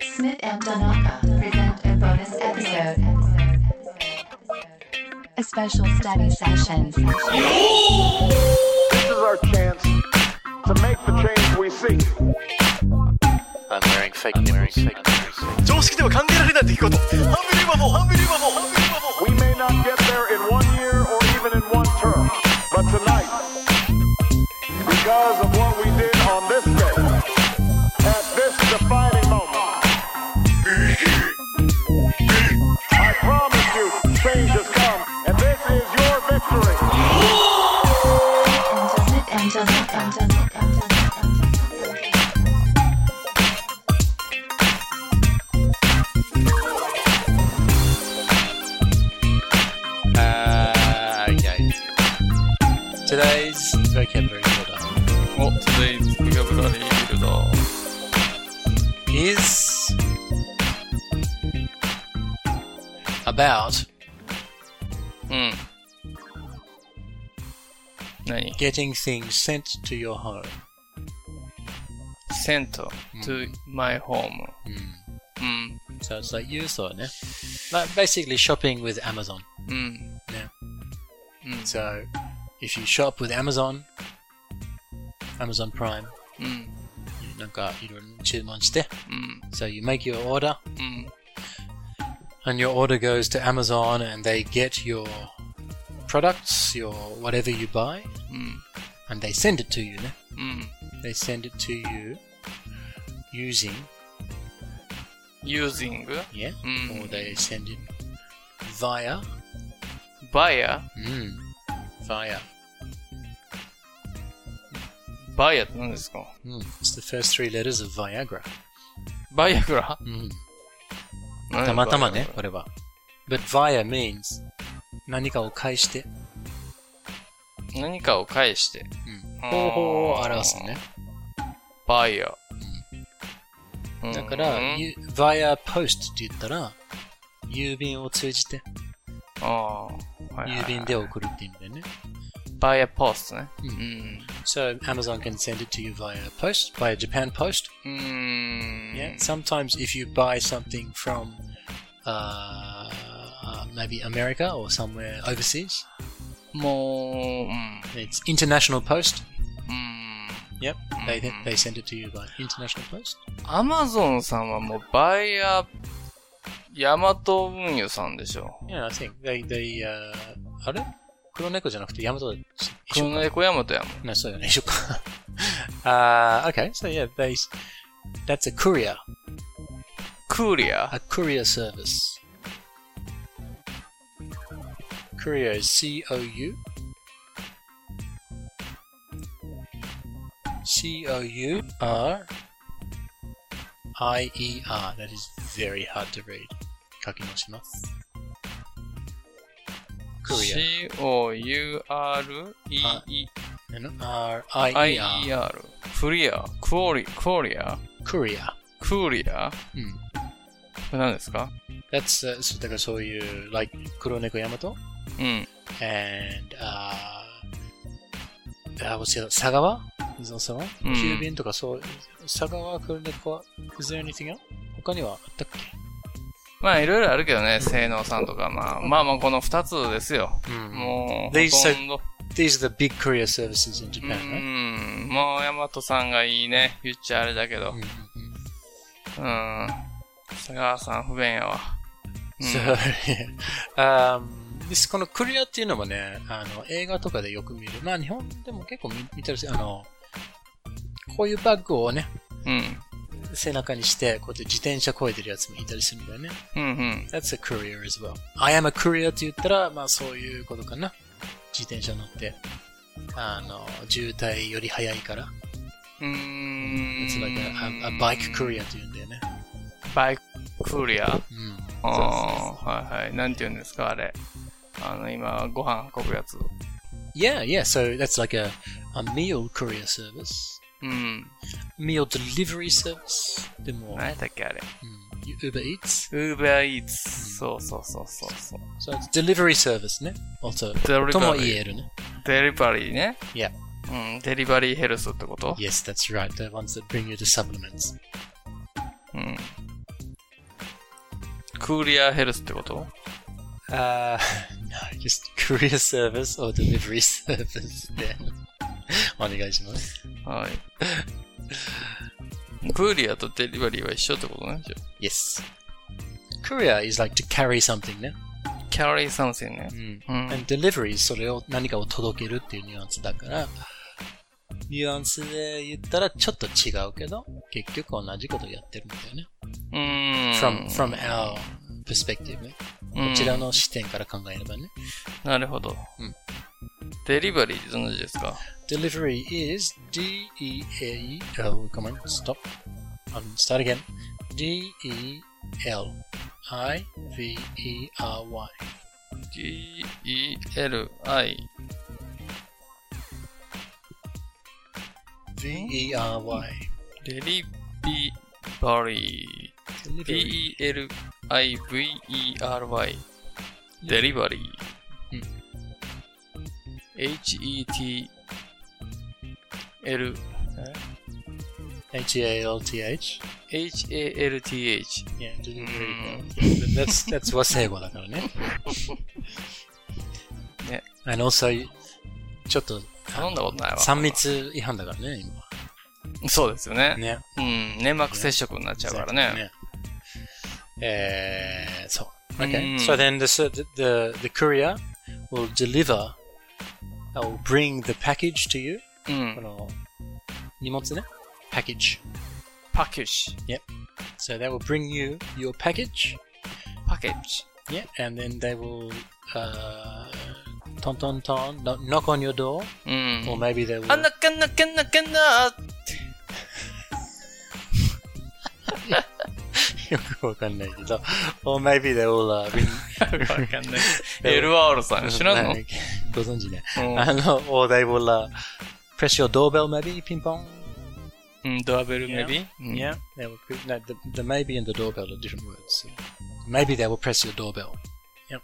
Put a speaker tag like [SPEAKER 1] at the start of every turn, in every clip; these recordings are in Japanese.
[SPEAKER 1] Smith and Donaka present a bonus episode. A special study session.
[SPEAKER 2] This is our chance to make the change we seek.
[SPEAKER 3] I'm wearing fake nipples. I'm
[SPEAKER 4] 常識では考えられない出来事ハンビリーバボーハンビリーバボーハンビリーバボー
[SPEAKER 2] We may not get there in one year or even in one term, but tonight, because of what we did on this day, at this defining moment, I promise you, change has come, and this is your victory.
[SPEAKER 1] Smith and Donaka.
[SPEAKER 3] Uh, okay. Today's vocabulary builder
[SPEAKER 5] お、today's vocabulary builder
[SPEAKER 3] is about
[SPEAKER 5] うん。何
[SPEAKER 3] getting things sent to your home.
[SPEAKER 5] ?sent to my home. うん。
[SPEAKER 3] So it's like you saw it, yeah? Like basically shopping with Amazon.
[SPEAKER 5] うん。
[SPEAKER 3] Yeah.
[SPEAKER 5] うん。
[SPEAKER 3] So if you shop with Amazon, Amazon Prime,
[SPEAKER 5] うん。
[SPEAKER 3] なんかいろいろ注文して、
[SPEAKER 5] うん。
[SPEAKER 3] so you make your order
[SPEAKER 5] うん。
[SPEAKER 3] and your order goes to Amazon and they get your products, your whatever you buy,
[SPEAKER 5] うん。
[SPEAKER 3] and they send it to you. ね
[SPEAKER 5] うん。
[SPEAKER 3] They send it to you using,
[SPEAKER 5] using
[SPEAKER 3] yeah,
[SPEAKER 5] うん
[SPEAKER 3] or they send it via,
[SPEAKER 5] via
[SPEAKER 3] mm, via.
[SPEAKER 5] via って何ですか
[SPEAKER 3] Mm, it's the first three letters of Viagra.
[SPEAKER 5] ?viagra?
[SPEAKER 3] Mm.
[SPEAKER 5] 何や
[SPEAKER 3] たまたまね、これは。But via means 何かを介して
[SPEAKER 5] Viagra 何かを返して。
[SPEAKER 3] うん方法を表すのね。
[SPEAKER 5] via。うん
[SPEAKER 3] だから、
[SPEAKER 5] うん
[SPEAKER 3] ゆ via post って言ったら、郵便を通じて、
[SPEAKER 5] ああ。はいはい
[SPEAKER 3] 郵便で送るって意味だよね。
[SPEAKER 5] via post ね。
[SPEAKER 3] う
[SPEAKER 5] うんん。
[SPEAKER 3] So Amazon can send it to you via post, via Japan Post.
[SPEAKER 5] うーん。
[SPEAKER 3] Yeah. Sometimes if you buy something from uh, uh, maybe America or somewhere overseas,
[SPEAKER 5] もう、うん。
[SPEAKER 3] it's international post.
[SPEAKER 5] うん。
[SPEAKER 3] Yep. They they send it to you by international post.
[SPEAKER 5] アマゾンさんはもうバイア、ヤマト運輸さんでしょ。
[SPEAKER 3] Yeah, I think they they uh, あれ？黒猫じゃなくてヤマトだ。一緒
[SPEAKER 5] 黒
[SPEAKER 3] か。
[SPEAKER 5] 猫ヤマトやもん。
[SPEAKER 3] No, そうだよね。一緒か。uh, okay. So yeah, they that's a courier,
[SPEAKER 5] クーリア
[SPEAKER 3] a courier service. Courier is C O U C O U R I E R. That is very hard to read. 書き直します。Courier.
[SPEAKER 5] ?C-O-U-R-E-E-I-E-R。
[SPEAKER 3] R I E R.
[SPEAKER 5] クリア。クオリ、クオリア
[SPEAKER 3] Courier.
[SPEAKER 5] クーリア
[SPEAKER 3] うん。
[SPEAKER 5] これ何ですか
[SPEAKER 3] That's uh, so だからそういう like 黒猫ヤマト
[SPEAKER 5] うん。
[SPEAKER 3] and uh, uh what's the other 佐川 is also one
[SPEAKER 5] うん
[SPEAKER 3] 急便とかそう佐川黒猫は is there anything else 他にはあったっ
[SPEAKER 5] まあいろいろあるけどね、性能さんとか、まあまあまあこの二つですよ。
[SPEAKER 3] け、
[SPEAKER 5] もう、
[SPEAKER 3] They
[SPEAKER 5] ほとんど。
[SPEAKER 3] these are the big courier services in
[SPEAKER 5] う
[SPEAKER 3] Japan right
[SPEAKER 5] ん。もうヤマトさんがいいね。言っちゃあれだけど。
[SPEAKER 3] うんうんうん
[SPEAKER 5] うん。佐川さん不便やわ。うん、
[SPEAKER 3] So, yeah. um, ですこのクリアっていうのもね、あの映画とかでよく見る。まあ日本でも結構見見たりする。あの、こういうバッグをね、
[SPEAKER 5] うん。
[SPEAKER 3] 背中にして、こうやって自転車こいでるやつもいたりするんだよね。
[SPEAKER 5] うんうん。
[SPEAKER 3] That's a courier as well. I am a courier って言ったら、まあそういうことかな。自転車乗って。あの、渋滞より早いから。
[SPEAKER 5] うーん。
[SPEAKER 3] It's like a, a, a bike courier って言うんだよね。
[SPEAKER 5] バイクリア
[SPEAKER 3] うん。
[SPEAKER 5] ああ
[SPEAKER 3] そ
[SPEAKER 5] ー、はいはい。なんて言うんですか、あれ。あの、今、ご飯運ぶやつ。
[SPEAKER 3] Yeah, yeah. So that's like a, a meal courier service.
[SPEAKER 5] うん。
[SPEAKER 3] meal delivery service でも、
[SPEAKER 5] 何やったっけ、あれ。
[SPEAKER 3] うん Uber Eats
[SPEAKER 5] ウーバーイーツ。そうそうそうそうそう。
[SPEAKER 3] so it's delivery service ね also
[SPEAKER 5] Delivery
[SPEAKER 3] とも言えるね
[SPEAKER 5] デリバリーね。
[SPEAKER 3] Yeah
[SPEAKER 5] うん、デリバリーヘルスってこと
[SPEAKER 3] Yes that's right the ones that bring you the supplements
[SPEAKER 5] courier health ってこと
[SPEAKER 3] Uh, no, just courier service or delivery service then. お願いします。
[SPEAKER 5] はい。クーリアとデリバリーは一緒ってことね。じゃ
[SPEAKER 3] Yes. Courier is like to carry something ね。
[SPEAKER 5] あ carry something ね。うん。
[SPEAKER 3] And delivery それを何かを届けるっていうニュアンスだから、ニュアンスで言ったらちょっと違うけど、結局同じことやってるんだよね。
[SPEAKER 5] うーん。
[SPEAKER 3] from, from our perspective ね。こ
[SPEAKER 5] うん
[SPEAKER 3] ちらの視点から考えればね。
[SPEAKER 5] なるほど。
[SPEAKER 3] うん
[SPEAKER 5] デリバリーってどんな字ですか
[SPEAKER 3] Delivery is D E A L. Come on, stop. Um, start again. D E L I V E R Y.
[SPEAKER 5] ?D-E-L-I。
[SPEAKER 3] V E R Y.
[SPEAKER 5] デリビバリー。
[SPEAKER 3] Delivery.
[SPEAKER 5] D-E-L-I-V-E-R-Y。デリバリ
[SPEAKER 3] う
[SPEAKER 5] ー
[SPEAKER 3] ん。
[SPEAKER 5] H-E-T-L。
[SPEAKER 3] H E A L T H.
[SPEAKER 5] H-A-L-T-H。
[SPEAKER 3] Yeah, delivery.
[SPEAKER 5] うん。
[SPEAKER 3] That's that's what's there, だからね。
[SPEAKER 5] ね。
[SPEAKER 3] eh? And also ちょっと
[SPEAKER 5] 頼んだことないわ。
[SPEAKER 3] 三密違反だからね、
[SPEAKER 5] そうですよね
[SPEAKER 3] 今。。ね。
[SPEAKER 5] うん。粘膜接触になっちゃうからね。
[SPEAKER 3] えー、そう。
[SPEAKER 5] うん
[SPEAKER 3] Okay. So then the, ser- the, the, the courier will deliver, uh, will bring the package to you.
[SPEAKER 5] う
[SPEAKER 3] こ
[SPEAKER 5] ん。
[SPEAKER 3] の荷物ね。package.
[SPEAKER 5] パッケージ。
[SPEAKER 3] So they will bring you your package.
[SPEAKER 5] パッケージ。
[SPEAKER 3] Yeah. And then they will, uh, ton ton ton, kno- knock on your door.
[SPEAKER 5] う
[SPEAKER 3] Or
[SPEAKER 5] ん。
[SPEAKER 3] maybe they will.
[SPEAKER 5] あんなけんなけんなけんな
[SPEAKER 3] よくわかんないけど。Or maybe they will, uh, ring.
[SPEAKER 5] わかんない。LR さ ん知らんの
[SPEAKER 3] ご存知ね。
[SPEAKER 5] うん
[SPEAKER 3] あの、or they will, uh, press your doorbell maybe, ピンポン。
[SPEAKER 5] うん、ドアベルメビ
[SPEAKER 3] Yeah, they will. No, the, the maybe and the doorbell are different words. so Maybe they will press your doorbell. Yep.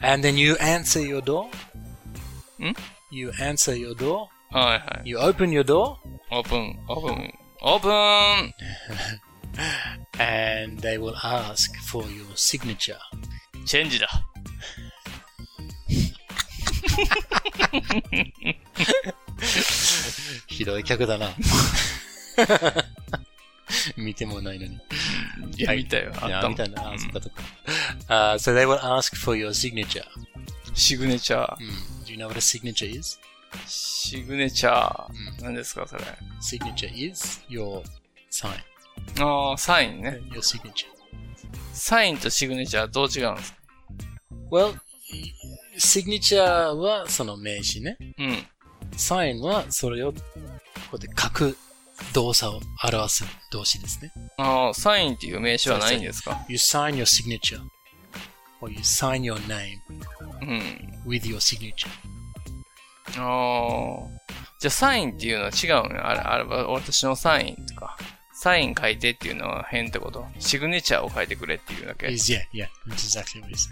[SPEAKER 3] And then you answer your door.
[SPEAKER 5] Hmm?
[SPEAKER 3] You answer your door.
[SPEAKER 5] はいはい。
[SPEAKER 3] You open your door,
[SPEAKER 5] オープン、オープン、オープン
[SPEAKER 3] and they will ask for your signature.
[SPEAKER 5] チェンジだ。
[SPEAKER 3] ひどい客だ な。見てもないのに。
[SPEAKER 5] いや、見たよ。あ
[SPEAKER 3] い
[SPEAKER 5] っ
[SPEAKER 3] や
[SPEAKER 5] たも
[SPEAKER 3] 見
[SPEAKER 5] ん
[SPEAKER 3] たな。あ、そっかそっか。Uh, so they will ask for your signature.
[SPEAKER 5] シグネチャー。
[SPEAKER 3] Hmm, Do you know what a signature is?
[SPEAKER 5] シグネチャー
[SPEAKER 3] ん。
[SPEAKER 5] 何ですか、それ。
[SPEAKER 3] Signature is your sign.
[SPEAKER 5] ああ、サインね。
[SPEAKER 3] Your signature.
[SPEAKER 5] サインとシグネチャーどう違うんですか
[SPEAKER 3] Well, signature はその名詞ね。
[SPEAKER 5] うん。
[SPEAKER 3] サインはそれをこうやって書く動作を表す動詞ですね。
[SPEAKER 5] ああ、サインっていう名詞はないんですか
[SPEAKER 3] You sign your signature or you sign your name
[SPEAKER 5] うん。
[SPEAKER 3] with your signature.
[SPEAKER 5] ああ。じゃあ、サインっていうのは違うのよあれ、あれは、私のサインとか。サイン書いてっていうのは変ってこと。シグネチャーを書いてくれっていうだけ。
[SPEAKER 3] Is, yeah, yeah, that's exactly what you say.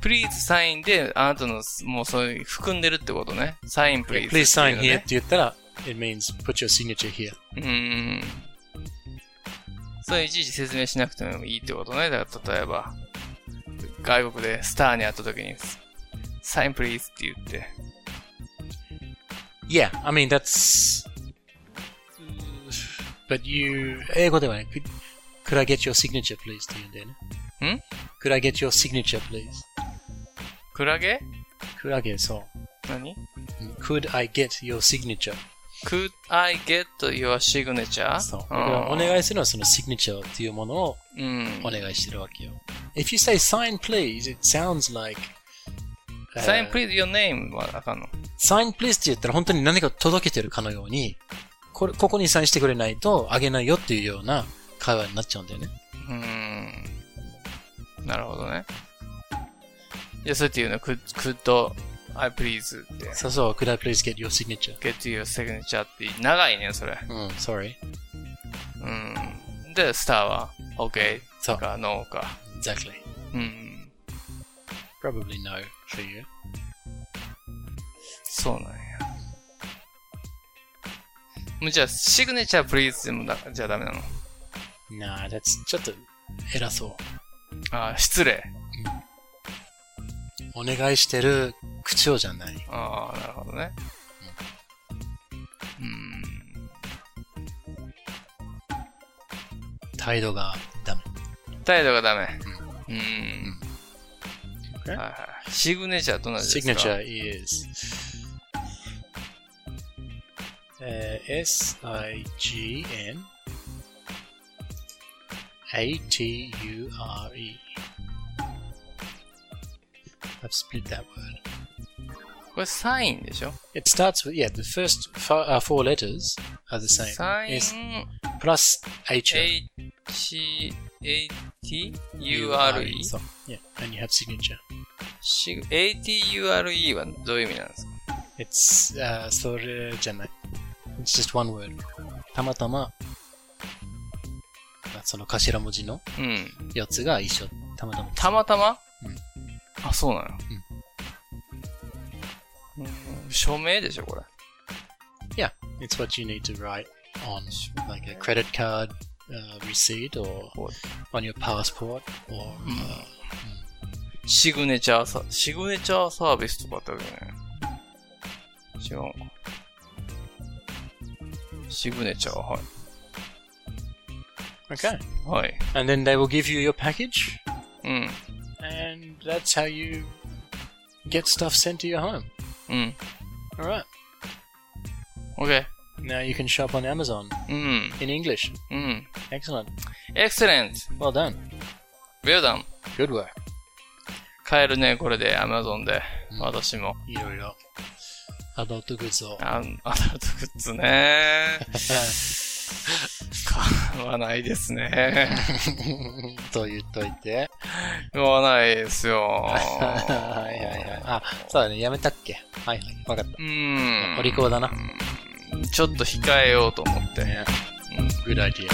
[SPEAKER 5] プリーズサインで、あなたの、もうそういう、含んでるってことね。サインプリ
[SPEAKER 3] Yeah,
[SPEAKER 5] ーズ。
[SPEAKER 3] please sign here って言ったら、it means put your signature here.
[SPEAKER 5] うーん。それいちいち説明しなくてもいいってことね。だから例えば、外国でスターに会った時に、サインプリーズって言って。
[SPEAKER 3] Yeah, I mean that's. But you 英語ではね、could, could I get your signature please って言うんだよね。
[SPEAKER 5] ん
[SPEAKER 3] Could I get your signature please?
[SPEAKER 5] クラゲ
[SPEAKER 3] クラゲ、そ
[SPEAKER 5] 何
[SPEAKER 3] う。Could I get your signature?
[SPEAKER 5] ?Could I get your signature?
[SPEAKER 3] そう。だ
[SPEAKER 5] う
[SPEAKER 3] からお
[SPEAKER 5] ん。
[SPEAKER 3] 願いするのはその signature っていうものを
[SPEAKER 5] うん
[SPEAKER 3] お。願いしてるわけよ。If you say sign please, it sounds like
[SPEAKER 5] サインプ
[SPEAKER 3] ー
[SPEAKER 5] リーズ your name はあかんの。
[SPEAKER 3] sign please って言ったら本当に何か届けてるかのように、これここにサインしてくれないとあげないよっていうような会話になっちゃうんだよね。
[SPEAKER 5] うーん。なるほどね。じゃあ、そうやって言うの、could, could I please って。
[SPEAKER 3] そうそう、could I please get your signature?
[SPEAKER 5] get your signature って長いね、それ。
[SPEAKER 3] うん、sorry.
[SPEAKER 5] うん。で、スターは OK
[SPEAKER 3] そう
[SPEAKER 5] か No か。
[SPEAKER 3] Exactly.
[SPEAKER 5] うん。
[SPEAKER 3] Probably no for you.
[SPEAKER 5] そうなんや。もうじゃあ、シグネチャープリーズでもだじゃあダメなの。
[SPEAKER 3] Nah, that's ちょっと偉そ
[SPEAKER 5] あー失礼。
[SPEAKER 3] う。お願いしてる口調じゃない。
[SPEAKER 5] ああ、なるほどね。う
[SPEAKER 3] 態度がダメ。
[SPEAKER 5] ん。態度がダメ。うん。
[SPEAKER 3] Okay.
[SPEAKER 5] はいはい。シグネチャーどんな味ですか
[SPEAKER 3] Signature is uh, S I G N A T U R E. I've split that word.
[SPEAKER 5] これサインでしょ
[SPEAKER 3] It starts with yeah. The first fo- uh, four letters are the same.
[SPEAKER 5] サイ
[SPEAKER 3] It's
[SPEAKER 5] ン、
[SPEAKER 3] plus H.
[SPEAKER 5] H-A-T-U-R-E?
[SPEAKER 3] So, yeah, and you have signature.
[SPEAKER 5] シグ ATURE はどういう意味なんですか
[SPEAKER 3] It's uh, それじゃない。It's just one word. たまたま、その頭文字の
[SPEAKER 5] うん。
[SPEAKER 3] 4つが一緒。たまたま。
[SPEAKER 5] たまたま
[SPEAKER 3] うん
[SPEAKER 5] あ、そうなのうん署名でしょ、これ。
[SPEAKER 3] Yeah, it's what you need to write on like a credit card uh, receipt or
[SPEAKER 5] What?
[SPEAKER 3] on your passport or uh,
[SPEAKER 5] シグネチャーサ、シグネチャーサービスとかあったわけね。違うか。シグネチャー、はい。
[SPEAKER 3] okay.
[SPEAKER 5] はい。
[SPEAKER 3] And then they will give you your package,
[SPEAKER 5] うん。
[SPEAKER 3] and that's how you get stuff sent to your home.
[SPEAKER 5] うん。
[SPEAKER 3] All right.
[SPEAKER 5] OK。
[SPEAKER 3] Now you can shop on Amazon
[SPEAKER 5] うん。
[SPEAKER 3] in English.
[SPEAKER 5] うん。
[SPEAKER 3] Excellent.
[SPEAKER 5] Excellent!
[SPEAKER 3] Well done.
[SPEAKER 5] Well done!
[SPEAKER 3] Good work.
[SPEAKER 5] 買えるね、これで、Amazon で。私も。
[SPEAKER 3] いろいろ。アダルトグッズを。
[SPEAKER 5] あアダルトグッズね。 買わないですね。
[SPEAKER 3] と言っといて。
[SPEAKER 5] 買わないですよ。
[SPEAKER 3] はいはいはい。あ、そうだ Ah, ね。やめたっけはいはい。わかっ
[SPEAKER 5] うん
[SPEAKER 3] た。。お利口だな。
[SPEAKER 5] ちょっと控えようと思って。
[SPEAKER 3] ね。Good idea.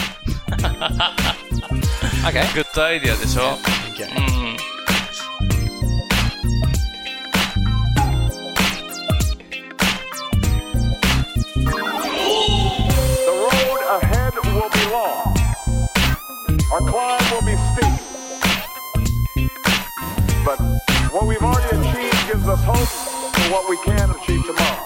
[SPEAKER 3] okay.
[SPEAKER 5] グッドアイディアでしょ
[SPEAKER 3] Thank you.
[SPEAKER 5] うん。
[SPEAKER 2] The road ahead will be long. Our climb will be steep. But what we've already achieved gives us hope for what we can achieve tomorrow.